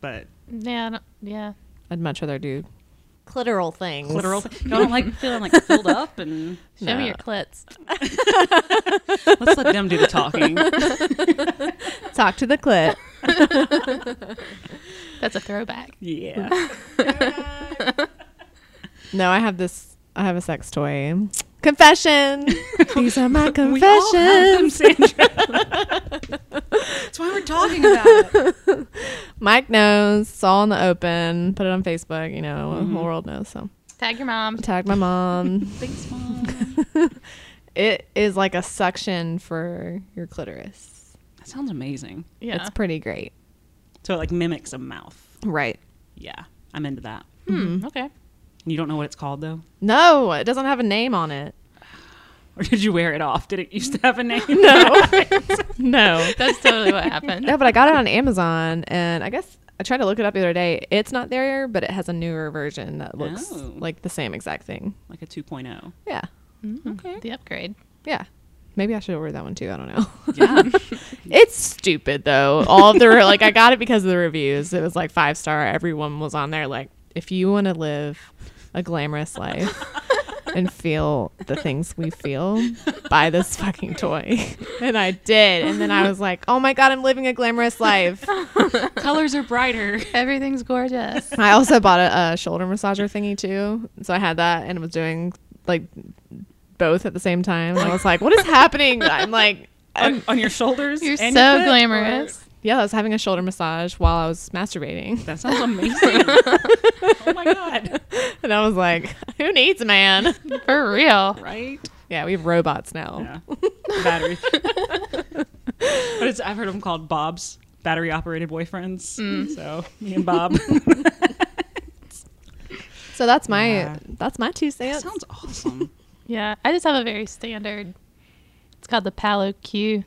but
Yeah. I don't- Yeah.
I'd much rather do clitoral things.
literal. Y'all don't like feeling like filled up, and
Show
No.
me your clits.
let's let them do the talking.
Talk to the clit.
That's a throwback.
Yeah,
No, I have this. I have a sex toy. Confession. These are my confessions.
we all have them, Sandra. That's why we're talking about it.
Mike knows. It's all in the open. Put it on Facebook. You know,
Mm-hmm.
the whole world knows. So
Tag your mom.
tag my mom.
Thanks, mom.
it is like a suction for your clitoris.
That sounds amazing.
Yeah.
It's pretty great.
So it like mimics a mouth.
Right.
Yeah, I'm into that.
Hmm, okay.
You don't know what it's called though,
No, it doesn't have a name on it.
or did you wear it off? Did it used to have a name?
No. no.
That's totally what happened.
No, but I got it on Amazon and I guess I tried to look it up the other day. It's not there, but it has a newer version that looks
Oh.
like the same exact thing.
like a oh. 2.0.
Yeah.
Okay.
Hmm. The upgrade.
Yeah. Maybe I should order that one too. I don't know.
Yeah.
it's stupid though. All of the re- like I got it because of the reviews. It was like five star. Everyone was on there like if you want to live a glamorous life and feel the things we feel, buy this fucking toy. and I did. And then I was like, "Oh my god, I'm living a glamorous life."
Colors are brighter.
Everything's gorgeous.
I also bought a, a shoulder massager thingy too. So I had that and was doing like both at the same time. And I was like, "What is happening?" I'm like
on, on your shoulders.
You're so
and your foot,
glamorous.
Yeah, I was having a shoulder massage while I was masturbating.
or- That sounds amazing. oh my god.
And I was like, who needs a man?
For real.
Right?
yeah, we have robots
Oh.
now.
Yeah. Battery. but it's, I've heard of them called Bob's battery operated boyfriends. So me and Bob.
So that's my
Yeah.
that's my two
that
cents.
sounds awesome.
Yeah. I just have a very standard. It's called the Palo Q.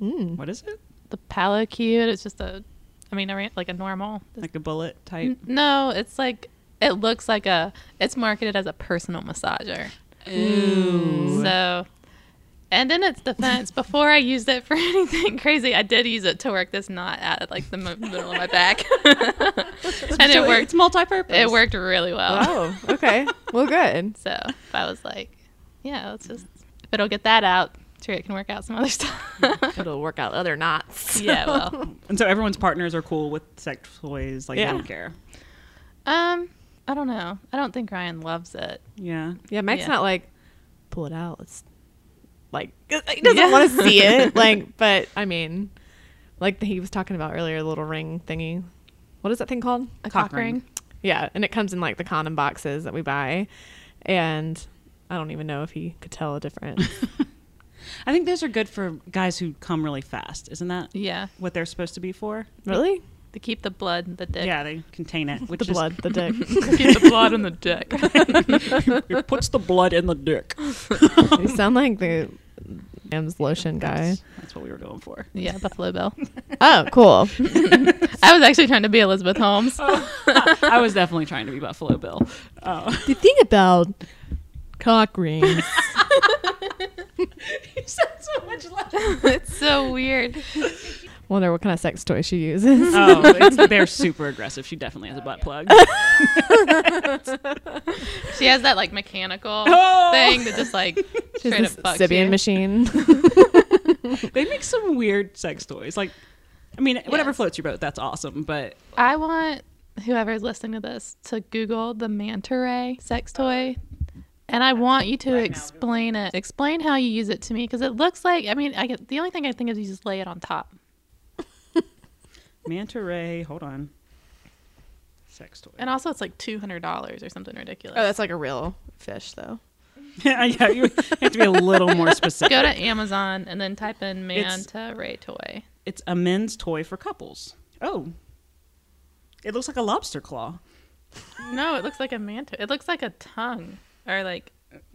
Mm.
What is it?
The Palo Q. It's just a, I mean, a, ran- like a normal.
Like a bullet type.
N- No, it's like it looks like a. It's marketed as a personal massager.
Ooh.
So, and in its defense, before I used it for anything crazy, I did use it to work this knot at like the mo- middle of my back, and it worked.
It's multi-purpose.
It worked really well.
Oh, okay. well, good.
So if I was like, yeah, let's just if it'll get that out, sure it can work out some other stuff.
It'll work out other knots.
yeah, well,
And so everyone's partners are cool with sex toys. Like
Yeah.
they don't care.
um, I don't know. I don't think Ryan loves it.
Yeah.
Yeah, Mike's
Yeah.
not like pull it out. Let's like he doesn't
Yeah.
want to see it. Like, but I mean, like he was talking about earlier, the little ring thingy. What is that thing called?
A
Cock
cock,
ring.
ring.
Yeah, and it comes in like the condom boxes that we buy, and I don't even know if he could tell a difference.
I think those are good for guys who come really fast. Isn't that
Yeah,
what they're supposed to be for?
really?
to keep the blood in the dick.
Yeah, they contain it. Which
the
is-
blood, the dick.
keep the blood in the dick.
it puts the blood in the dick.
you sound like the M's lotion guy.
That's, that's what we were going for.
Yeah, Buffalo Bill.
Oh, cool.
I was actually trying to be Elizabeth Holmes.
I was definitely trying to be Buffalo Bill. Oh.
the thing about cock rings.
you sound so much less.
it's so weird.
Wonder what kind of sex toy she uses.
Oh, it's, they're super aggressive. She definitely has a butt plug.
She has that like mechanical
Oh.
thing that just like
She's
straight up
this
fucks
Sibian
you.
machine.
they make some weird sex toys. Like, I mean, whatever
Yes.
floats your boat, that's awesome. But
I want whoever's listening to this to Google the manta ray sex toy. And I want you to explain it. Explain how you use it to me because it looks like, I mean, I get, the only thing I think is you just lay it on top.
manta ray, hold on. Sex toy.
And also, it's like $200 or something ridiculous.
like a real fish, though.
yeah, yeah, you have to be a little more specific.
Go to Amazon and then type in
It's-
manta ray toy.
It's a men's toy for couples. Oh, it looks like a lobster claw.
No, it looks like a manta. It looks like a tongue or like.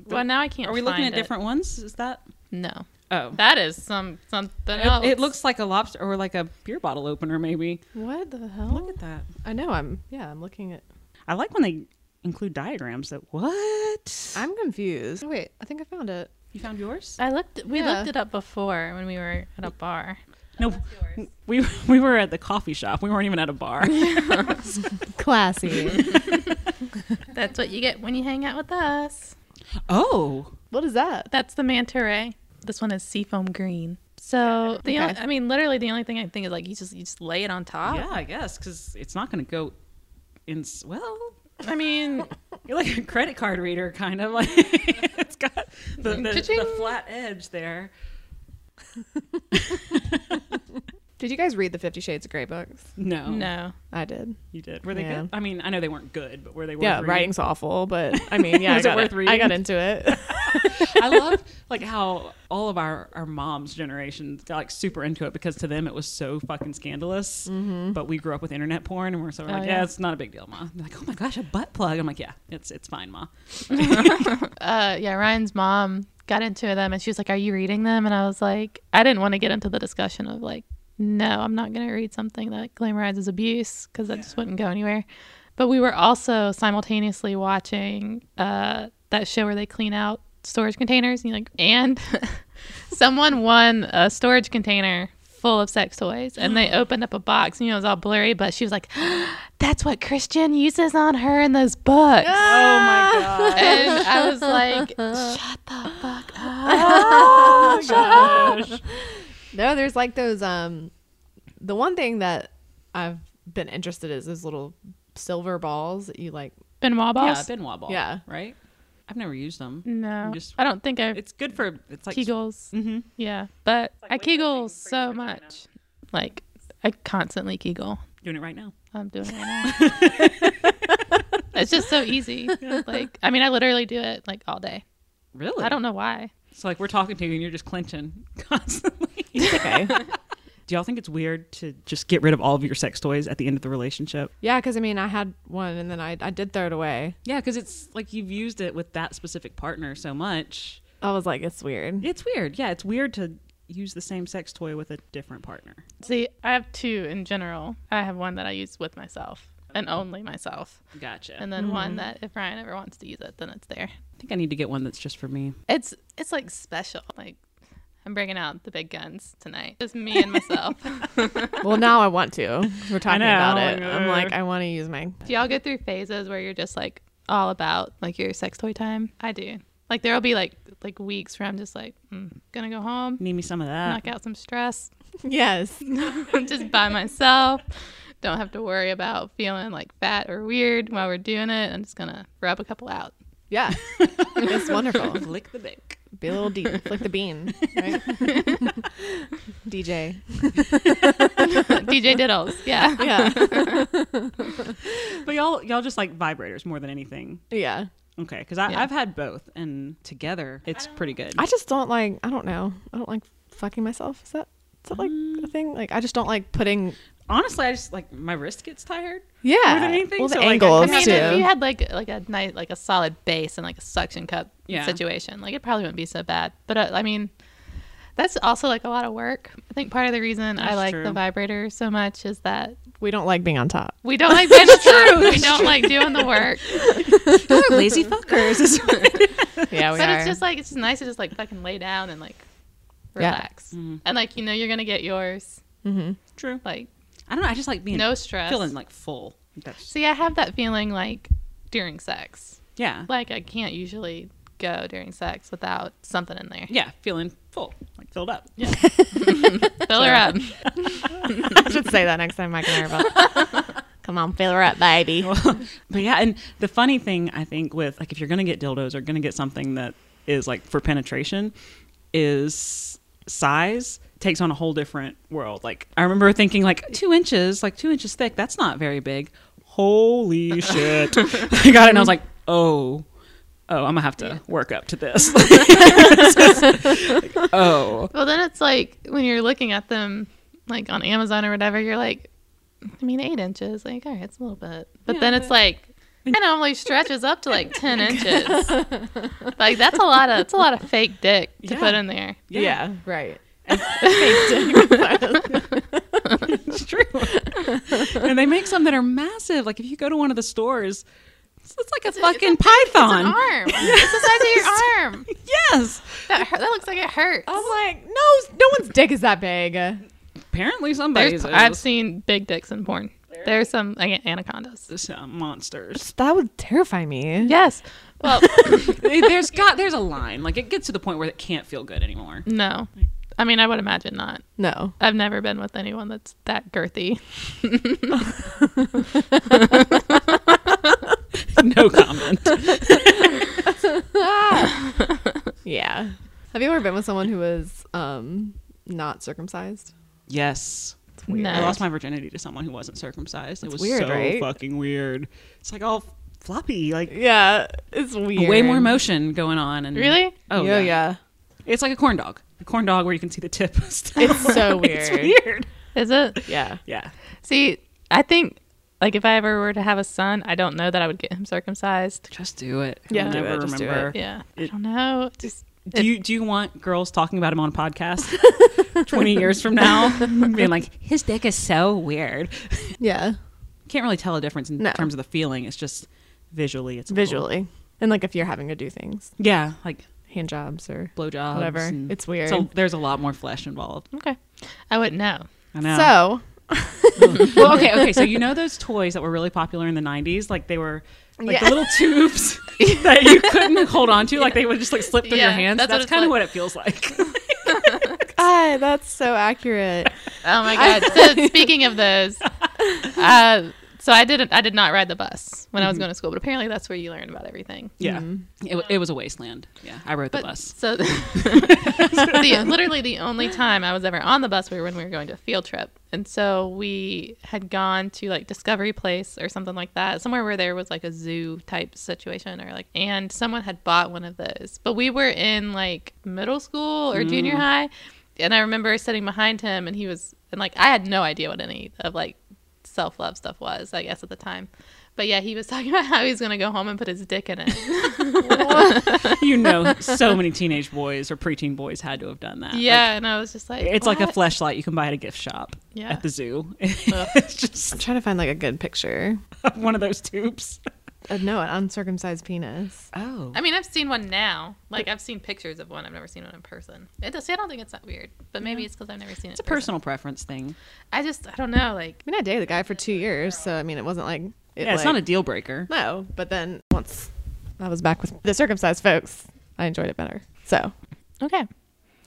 Well, now I can't.
Are we looking
find
at
it.
different ones? Is that?
No,
Oh,
that is some something else.
it, it looks like a lobster or like a beer bottle opener, maybe.
What the
Look
hell?
at that.
I know. I'm. Yeah, I'm looking at.
I like when they include diagrams. That what?
I'm confused. Oh, Wait, I think I found it.
you found yours?
I looked. We
Yeah.
looked it up before when we were at a bar.
No, we we were at the coffee shop. We weren't even at a bar.
Classy.
That's what you get when you hang out with us.
oh,
what is that?
That's the manta ray. This one is seafoam green. So the only,
Okay.
I mean, literally the only thing I think is like you just you just lay it on top.
yeah, I guess because it's not going to go in. s- Well,
I mean,
you're like a credit card reader, kind of like it's got the, the, the
Cha-ching.
flat edge there.
Did you guys read the Fifty Shades of Grey books?
No,
no.
I did.
you did. Were they
Yeah.
good? I mean, I know they weren't good, but were they? Worth
yeah,
reading?
writing's awful, but I mean, yeah, I
Was it
got
worth
I
reading?
got into it.
I love like how all of our our moms' generations got like super into it because to them it was so fucking scandalous. But we grew up with internet porn, and we're so we're
Oh,
like, Mm-hmm. yeah.
yeah.
it's not a big deal, ma. They're like, oh my gosh, a butt plug. I'm like, yeah, it's it's fine, ma.
Uh, yeah, Ryan's mom got into them and she was like, "Are you reading them?" And I was like, I didn't want to get into the discussion of like no, I'm not going to read something that glamorizes abuse because that just wouldn't go anywhere. But we were also simultaneously watching uh, that show where they clean out storage containers, and you're like, and someone won a storage container full of sex toys, and they opened up a box, and you know it was all blurry, but she was like, "That's what Christian uses on her in those books."
Oh my god.
and I was like, "Shut the fuck up!"
Oh my gosh.
No, there's like those um the one thing that I've been interested is those little silver balls that you like
Benoit
Yeah,
balls?
Benoit ball.
Yeah.
Right? I've never used them.
no,
You just-
I don't think I
It's good for it's like
kegels.
hmm
Yeah, but
like
I
weightlifting
kegel
for
so
your vagina.
much. Like I constantly kegel.
doing it right now.
I'm doing it. Right now. it's just so easy. Like I mean, I literally do it like all day.
Really?
I don't know why.
So like we're talking to you and you're just clenching constantly.
okay.
Do y'all think it's weird to just get rid of all of your sex toys at the end of the relationship?
yeah, because I mean I had one and then I I did throw it away.
Yeah, because it's like you've used it with that specific partner so much.
I was like, it's weird.
It's weird. Yeah, it's weird to use the same sex toy with a different partner.
See, I have two in general. I have one that I use with myself and only myself,
Gotcha.
and then one that if Ryan ever wants to use it, then it's there.
I think I need to get one that's just for me.
It's it's like special. Like I'm bringing out the big guns tonight. Just me and myself.
well, now I want to. 'cause We're talking
know,
about
I'm
it. I'm
like,
like, uh. I want to use my.
Do y'all go through phases where you're just like all about like your sex toy time? I do. Like there'll be like like weeks where I'm just like mm, gonna go home,
Need me some of that.
knock out some stress,
Yes.
just by myself. Don't have to worry about feeling like fat or weird while we're doing it. I'm just gonna rub a couple out.
Yeah. it's wonderful.
Flick the bick.
Be a little deep, like the bean, right? DJ.
DJ Diddles, yeah.
Yeah.
But y'all, y'all just like vibrators more than anything.
Yeah.
Okay, because I
Yeah.
I've had both, and together it's pretty good.
I just don't like. I don't know. I don't like fucking myself. Is that is that like a thing? Like I just don't like putting.
Honestly, I just like my wrist gets tired.
Yeah.
More than anything,
Well, the
so, like, I
angles
I
couldn't
mean,
too.
if you had like like a nice like a solid base and like a suction cup
Yeah.
situation, like it probably wouldn't be so bad. But uh, I mean, that's also like a lot of work. I think part of the reason I
That's
like
true.
the vibrator so much is that
we don't like being on top.
we don't like doing the stuff. We don't like doing the work.
lazy fuckers. is what it is.
Yeah, we
but
are.
it's just like it's just nice to just like fucking lay down and like
Yeah.
relax
Mm-hmm.
and like you know you're gonna get yours
True.
like
I don't know. I just like being
no stress.
feeling like full. That's,
See, I have that feeling like during sex.
yeah.
Like I can't usually go during sex without something in there.
yeah, feeling full, like filled up.
Fill her up.
I should say that next time Mike and I are about. Come on, fill her up, baby.
But yeah, and the funny thing I think with like if you're gonna get dildos or gonna get something that is like for penetration, is size takes on a whole different world. Like I remember thinking like two inches, like two inches thick, that's not very big. Holy shit! I got it, and I was like, oh. Oh, I'm gonna have to work up to this. It's just like, oh,
Well, then it's like when you're looking at them, like on Amazon or whatever, you're like, I mean, eight inches, like, all right, it's a little bit. But then it's like, it normally stretches up to like ten inches. like that's a lot of that's a lot of fake dick to
Yeah.
put in there.
yeah,
right.
it's true. and they make some that are massive. Like if you go to one of the stores, it's, it's like a fucking python.
It's an arm. It's the size of your arm.
Yes.
That hurt, that looks like it hurts.
I'm
Oh
like, no, no one's dick is that big.
Apparently somebody's
There's, I've
is.
seen big dicks in porn. There's some like, anacondas.
This, uh, monsters.
That would terrify me.
Yes. Well,
there's got there's a line. Like it gets to the point where it can't feel good anymore.
no. I mean, I would imagine not.
No.
I've never been with anyone that's that girthy.
no comment.
Yeah. Have you ever been with someone who was um not circumcised?
Yes.
It's
I
No.
lost my virginity to someone who wasn't circumcised. It was
weird,
so
right?
fucking weird. It's like all floppy, like
Yeah, it's weird.
way more motion going on and
Really?
Oh yeah. It's like a corn dog. A corn dog where you can see the tip. still.
It's so weird.
it's weird.
Is it?
Yeah.
Yeah.
See, I think like if I ever were to have a son, I don't know that I would get him circumcised.
Just do it.
Yeah.
I'll
Do
never
it, just do
remember.
it.
Yeah. I
It-
don't know. Just
Do you do you want girls talking about him on a podcast twenty years from now, being like his dick is so weird?
Yeah.
Can't really tell a difference in
No.
terms of the feeling. It's just visually, it's a little-
Visually. And like if you're having to do things,
yeah, like
hand jobs or
blowjobs,
Whatever.
and-
It's weird.
So there's a lot more flesh involved.
Okay. I wouldn't know.
I know.
So
well, okay, okay. So you know those toys that were really popular in the '90s, like they were like
Yeah.
the little tubes that you couldn't hold on to, like they would just like slip through your
Yeah,
hands.
that's
That's,
what
kind
it's
of
like.
what it feels like.
Ah, that's so accurate.
Oh my god. so speaking of those, uh, so I didn't. I did not ride the bus when I was going to school, but apparently that's where you learn about everything.
yeah,
Mm-hmm.
it, wa- it was a wasteland. Yeah, I rode the bus.
So, the, literally the only time I was ever on the bus we were when we were going to a field trip, and so we had gone to like Discovery Place or something like that, somewhere where there was like a zoo type situation, or like, and someone had bought one of those, but we were in like middle school or
Mm.
junior high, and I remember sitting behind him, and he was, and like I had no idea what any of like self love stuff was, I guess at the time. But yeah, he was talking about how he was gonna go home and put his dick in it.
you know, so many teenage boys or preteen boys had to have done that.
yeah, and I was just like,
Like, it's like a
"What?"
flashlight you can buy at a gift shop
Yeah.
at the zoo. it's just
I'm trying to find like a good picture.
one of those tubes.
Uh, no, an uncircumcised penis.
Oh,
I mean, I've seen one now. Like, I've seen pictures of one. I've never seen one in person. It does, see, I don't think it's that weird, but maybe it's because I've never seen it.
it's a personal preference thing.
I just, I don't know. Like,
I mean, I dated the guy for two years, so I mean, it wasn't like it,
yeah, it's
like-
not a deal breaker.
no. But then once I was back with the circumcised folks, I enjoyed it better. So
okay.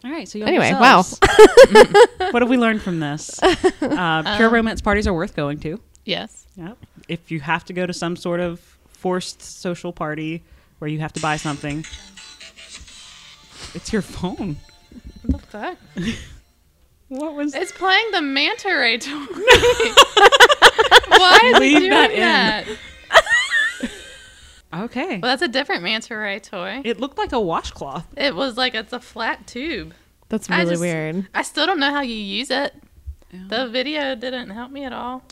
All right. So
Anyway, wow.
wow. what have we learned from this? Uh, pure romance parties are worth going to.
Yes.
Yep. If you have to go to some sort of forced social party where you have to buy something, it's your phone.
What the fuck?
What was?
It's playing the manta ray toy. Why is
Leave
it doing
that
that?
in. Okay.
Well, that's a different manta ray toy.
It looked like a washcloth.
It was like it's a flat tube.
that's
I
really
just-
weird.
I still don't know how you use it. The video didn't help me at all.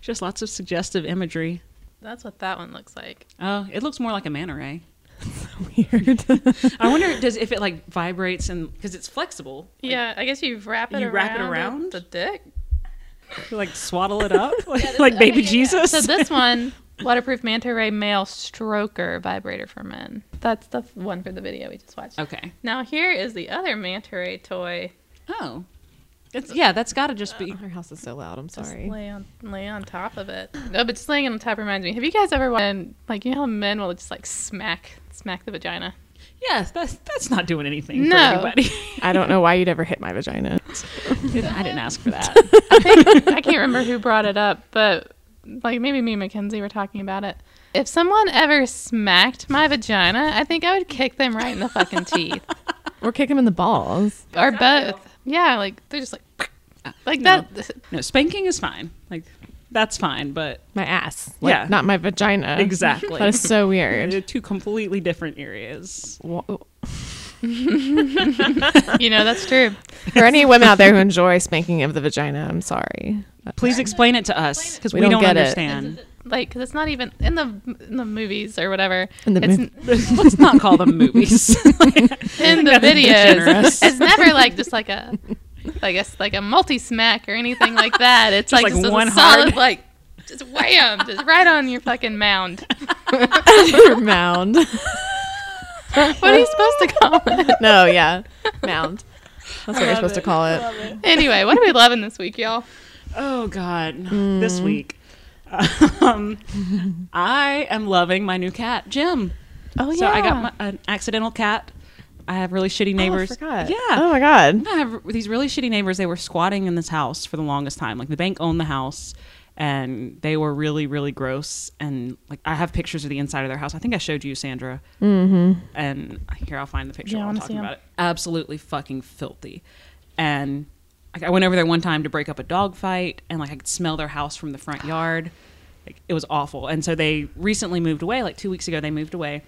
Just lots of suggestive imagery.
That's what that one looks like.
Oh, it looks more like a manta ray.
Weird.
I wonder does if it like vibrates and because it's flexible,
Yeah, I guess you wrap it
You
around
wrap it around?
the dick.
You, like swaddle it up like, like baby Jesus.
So this one, waterproof manta ray male stroker vibrator for men. That's the f- one for the video we just watched.
okay.
Now here is the other manta ray toy.
Oh, it's yeah. That's got to just be
Our house is so loud. I'm
Just
sorry.
lay on lay on top of it. No, but just laying on top reminds me. Have you guys ever when like you know how men will just like smack smack the vagina?
yes. That's that's not doing anything
No.
for anybody.
I don't know why you'd ever hit my vagina.
I didn't ask for that.
I think I can't remember who brought it up, but like maybe me and Mackenzie were talking about it. If someone ever smacked my vagina, I think I would kick them right in the fucking teeth.
Or kick him in the balls.
or both. Yeah, like they're just like like
no.
that.
No, spanking is fine. Like that's fine, but
My ass.
Yeah.
Not my vagina.
Exactly.
That is so
they're
weird.
two completely different areas.
Wha-
You know that's true.
For any women out there who enjoy spanking of the vagina, I'm sorry.
Please explain it to us because we,
We
don't,
don't get it.
understand.
Like 'cause it's not even in the in the movies or whatever.
In the
it's
mov-
Let's not call them movies.
n- in the
That's
videos.
generous.
It's never like just like a I guess like a multi smack or anything like that. It's
Just
like,
like
just
one
a solid
hard-
like just wham, just right on your fucking mound.
Your mound.
What are you supposed to call it?
No, yeah. Mound. That's what we're supposed to call it.
Anyway, what are we loving this week, y'all?
oh God, this
Mm.
week. Um, I am loving my new cat, Jim.
Oh
So I got my, an accidental cat. I have really shitty neighbors.
Oh, I forgot.
Yeah.
Oh my god.
I have these really shitty neighbors. They were squatting in this house for the longest time. Like the bank owned the house, and they were really, really gross. And like I have pictures of the inside of their house. I think I showed you, Sandra. Mm-hmm. And here I'll find the picture
Yeah, I
while I'm
wanna see
talking
'em.
about it. Absolutely fucking filthy. And like, I went over there one time to break up a dog fight, and like I could smell their house from the front yard. Like, it was awful. And so they recently moved away. Like two weeks ago, they moved away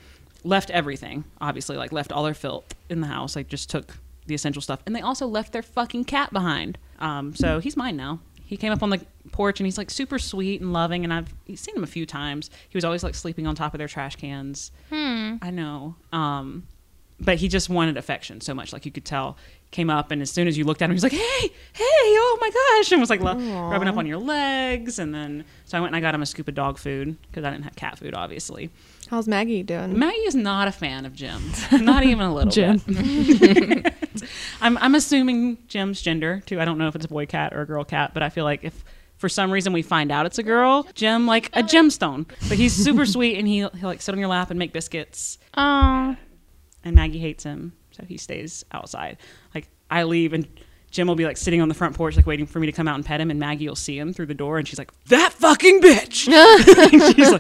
left everything, obviously, like left all their filth in the house, like just took the essential stuff. And they also left their fucking cat behind. Um, so he's mine now. He came up on the porch and he's like super sweet and loving. And I've seen him a few times. He was always like sleeping on top of their trash cans. I know. Um, but he just wanted affection so much. Like you could tell, came up, and as soon as you looked at him, he was like, "Hey, hey, oh my gosh!" and was like lo- rubbing up on your legs. And then so I went and I got him a scoop of dog food because I didn't have cat food, obviously.
How's Maggie doing?
Maggie is not a fan of Jim, not even a little
Jim.
bit. I'm I'm assuming Jim's gender too. I don't know if it's a boy cat or a girl cat, but I feel like if for some reason we find out it's a girl, Jim like a gemstone. But he's super sweet and he he'll like sit on your lap and make biscuits
Oh,
and Maggie hates him, so he stays outside. Like I leave and Jim will be like sitting on the front porch, like waiting for me to come out and pet him, and Maggie will see him through the door, and she's like, "That fucking bitch!" and she's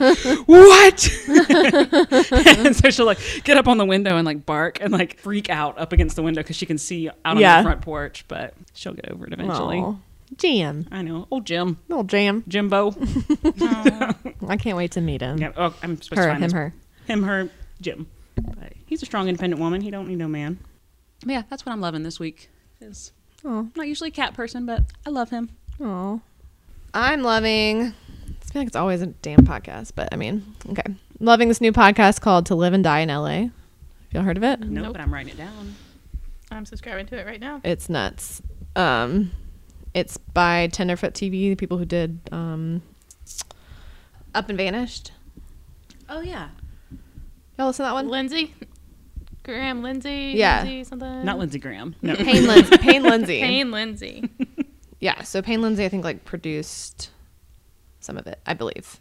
like, "What?" and so she'll like get up on the window and like bark and like freak out up against the window because she can see out on
Yeah.
the front porch, but she'll get over it eventually.
Aw. Jam.
I know, old Jim,
Little Jam.
Jimbo.
I can't wait to meet him.
yeah, oh, I'm supposed to
Her,
find
him,
this-
her.
him, her, Jim. But he's a strong, independent woman. He don't need no man. But yeah, that's what I'm loving this week. Is
Oh.
not usually a cat person, but I love him.
Oh. I'm loving. I feel like it's always a damn podcast, but I mean, okay. Loving this new podcast called To Live and Die in LA. Have y'all heard of it?
No,
Nope.
but I'm writing it down.
I'm subscribing to it right now.
It's nuts. Um, it's by Tenderfoot TV, the people who did um, Up and Vanished.
Oh yeah,
Y'all listen to that one?
Lindsay, Graham Lindsay.
Yeah.
Lindsay something.
not Lindsey Graham. No,
Payne, Lin- Payne Lindsay.
Payne Lindsay.
Yeah, so Payne Lindsay, I think, like produced some of it, I believe.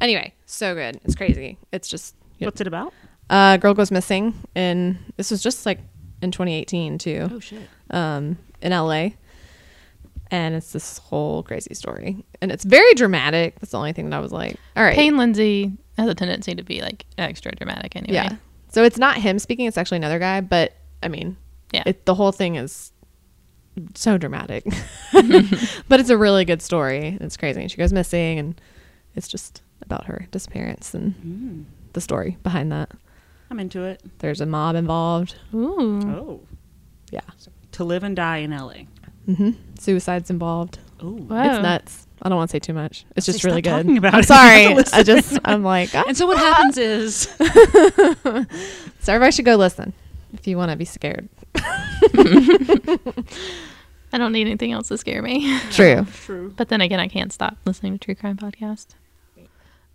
Anyway, so good. It's crazy. It's just.
what's it about?
Uh, girl goes missing, and this was just like in 2018 too.
Oh, shit.
um, in LA. And it's this whole crazy story. And it's very dramatic. That's the only thing that I was like, all right.
Payne Lindsay has a tendency to be like extra dramatic anyway.
yeah. So it's not him speaking, it's actually another guy. But I mean,
Yeah.
it, the whole thing is so dramatic. but it's a really good story. It's crazy. She goes missing, and it's just about her disappearance and the story behind that.
I'm into it.
There's a mob involved.
Ooh.
Oh,
Yeah.
to live and die in L.A.
hmm Suicides involved.
Oh,
Wow.
It's nuts. I don't want to say too much. It's just
stop
really good.
talking about
I'm
it.
sorry.
Listen.
I just I'm like ah.
and so what happens is
so everybody should go listen if you want to be scared.
I don't need anything else to scare me.
True.
true.
But then again, I can't stop listening to true crime podcast.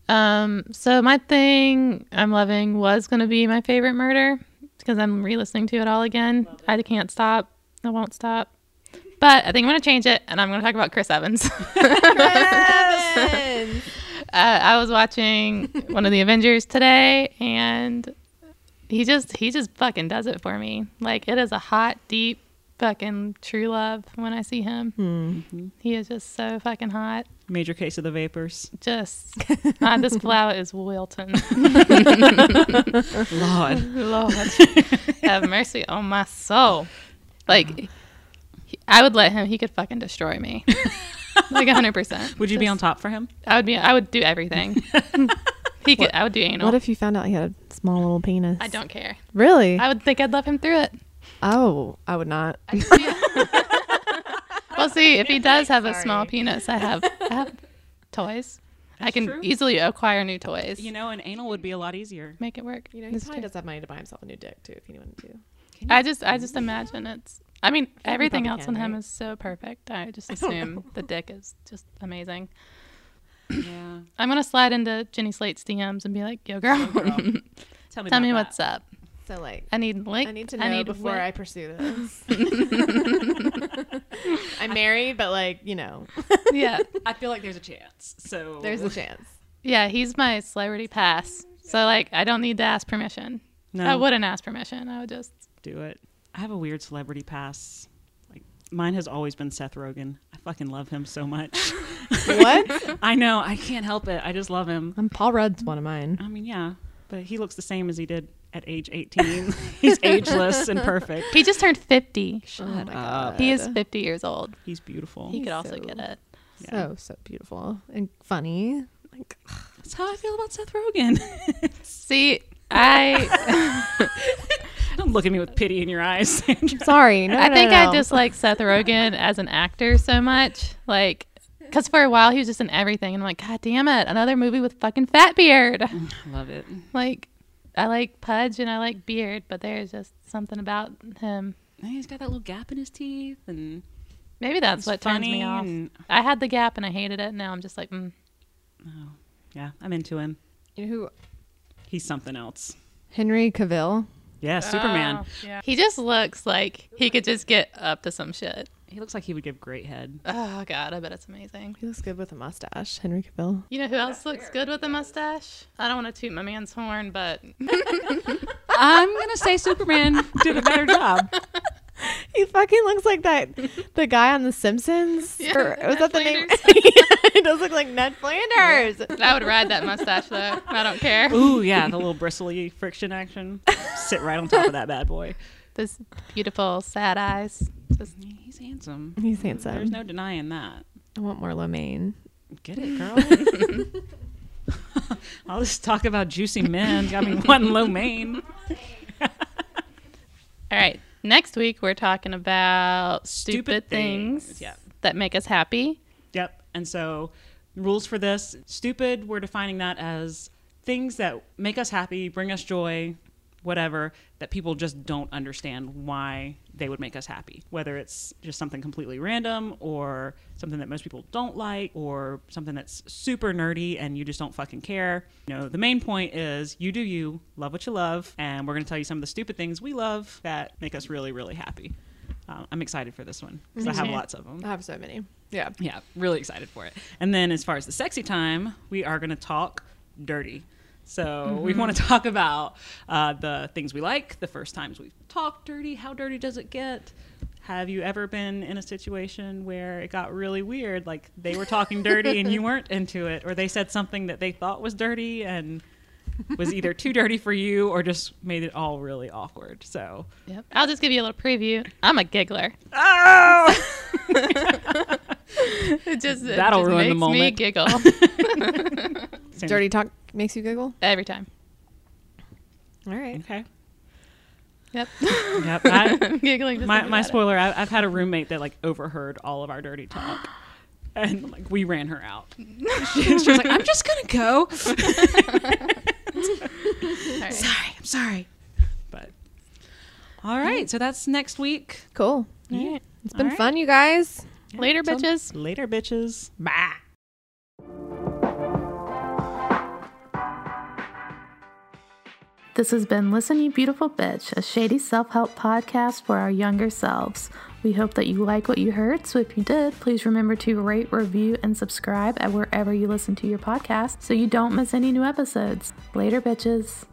Um, so my thing I'm loving was gonna be my favorite murder because I'm re-listening to it all again. I can't stop. I won't stop. But I think I'm gonna change it, and I'm gonna talk about Chris Evans. uh, I was watching one of the Avengers today, and he just he just fucking does it for me. Like it is a hot, deep, fucking true love when I see him. He is just so fucking hot.
Major case of the vapors.
Just ah, this flower is wilting.
Lord,
Lord, have mercy on my soul. Like he- I would let him. He could fucking destroy me. Like hundred percent.
would you be on top for him?
I would be. I would do everything. he could. I would do anal.
What if you found out he had a small little penis?
I don't care.
really.
I would think I'd love him through it.
oh, I would not.
Well, see, if he does have a small penis, I have, I have toys. I can
true.
easily acquire new toys.
You know, an anal would be a lot easier.
make it work.
You know, he
That's
probably
true.
does have money to buy himself a new dick too, if he wanted to.
I just, I just imagine it's. I mean, everything
probably
else
can,
on him
right?
is so perfect. I just assume the dick is just amazing.
Yeah.
I'm gonna slide into Jenny Slate's DMs and be like, "Yo, girl,
Girl, tell me.
tell
about
me
that.
what's up.
So like,
I need link.
I need to know before
link."
I pursue this. I'm married, but like you know,
yeah,
I feel like there's a chance. So
there's a chance.
yeah. He's my celebrity pass. So like, I don't need to ask permission.
No.
I wouldn't ask permission. I would just
do it. I have a weird celebrity pass. Like mine has always been Seth Rogen. I fucking love him so much.
what?
I know. I can't help it. I just love him.
Um, Paul Rudd's one of mine.
I mean, yeah, but he looks the same as he did at age 18. He's ageless and perfect.
He just turned 50.
Oh my
up.
He is 50 years old.
He's beautiful.
He could
He's
also
so-
get it.
Yeah.
So so beautiful and funny. Like
That's how I feel about Seth Rogen.
See, I
Don't look at me with pity in your eyes, Sandra.
sorry, no,
I
no,
think
no,
I
no.
dislike Seth Rogen as an actor so much. Like, because for a while he was
Mm.
just in everything. And I'm like, God damn it, another movie with fucking fat beard.
Love it.
Like, I like Pudge and I like Beard, but there's just something about him.
He's got that little gap in his teeth, and
Maybe that's
He's
what turns
funny
me off.
and-
I had the gap and I hated it. Now I'm just like, mm.
oh, yeah, I'm into him.
You know who?
He's something else.
Henry Cavill.
Yeah, Superman.
Oh, yeah. He just looks like he could just get up to some shit.
He looks like he would give great head.
Oh god, I bet it's amazing.
He looks good with a mustache. Henry Cavill.
You know who else looks good with a mustache? I don't want to toot my man's horn, but
I'm gonna say Superman did a better job.
He fucking looks like that the guy on The Simpsons.
Yeah,
or, was
Ned
that the name? he does look like Ned Flanders.
I would ride that mustache though. I don't care.
Ooh, yeah, the little bristly friction action. Sit right on top of that bad boy.
Those beautiful sad eyes. Just
He's handsome.
He's
There's
handsome.
no denying that.
I want more Lomaine.
Get it, girl. All this talk about juicy men got me one low main.
All right. Next week we're talking about stupid,
Stupid
things,
things, yeah.
that make us happy.
Yep. And so, rules for this stupid, we're defining that as things that make us happy, bring us joy, whatever, that people just don't understand why they would make us happy. Whether it's just something completely random or something that most people don't like or something that's super nerdy and you just don't fucking care. You know, the main point is you do you, love what you love, and we're going to tell you some of the stupid things we love that make us really, really happy. Um, I'm excited for this one because I have
too.
lots of them.
I have so many. Yeah.
Yeah, really excited for it. And then as far as the sexy time, we are going to talk dirty. So we want to talk about uh, the things we like, the first times we've talked dirty, how dirty does it get? Have you ever been in a situation where it got really weird? Like they were talking dirty and you weren't into it, or they said something that they thought was dirty and was either too dirty for you or just made it all really awkward. So,
Yep. I'll just give you a little preview. I'm a giggler.
oh!
It just it
That'll
just
ruin the
makes me
moment.
giggle
Dirty talk makes you giggle.
every time.
All right.
Okay.
Yep.
Yep. I-
I'm giggling. Just
my
thinking
my
about it.
spoiler I, i've had a roommate that like overheard all of our dirty talk and like we ran her out she, she was like i'm just gonna go
All right.
sorry i'm sorry but all right so that's next week
Cool.
Yeah.
It's been
All right.
fun, you guys.
Later,
So-
bitches.
later bitches bye
This has been Listen You Beautiful Bitch, a shady self help podcast for our younger selves. We hope that you like what you heard, so if you did, please remember to rate, review, and subscribe at wherever you listen to your podcast so you don't miss any new episodes. Later, bitches.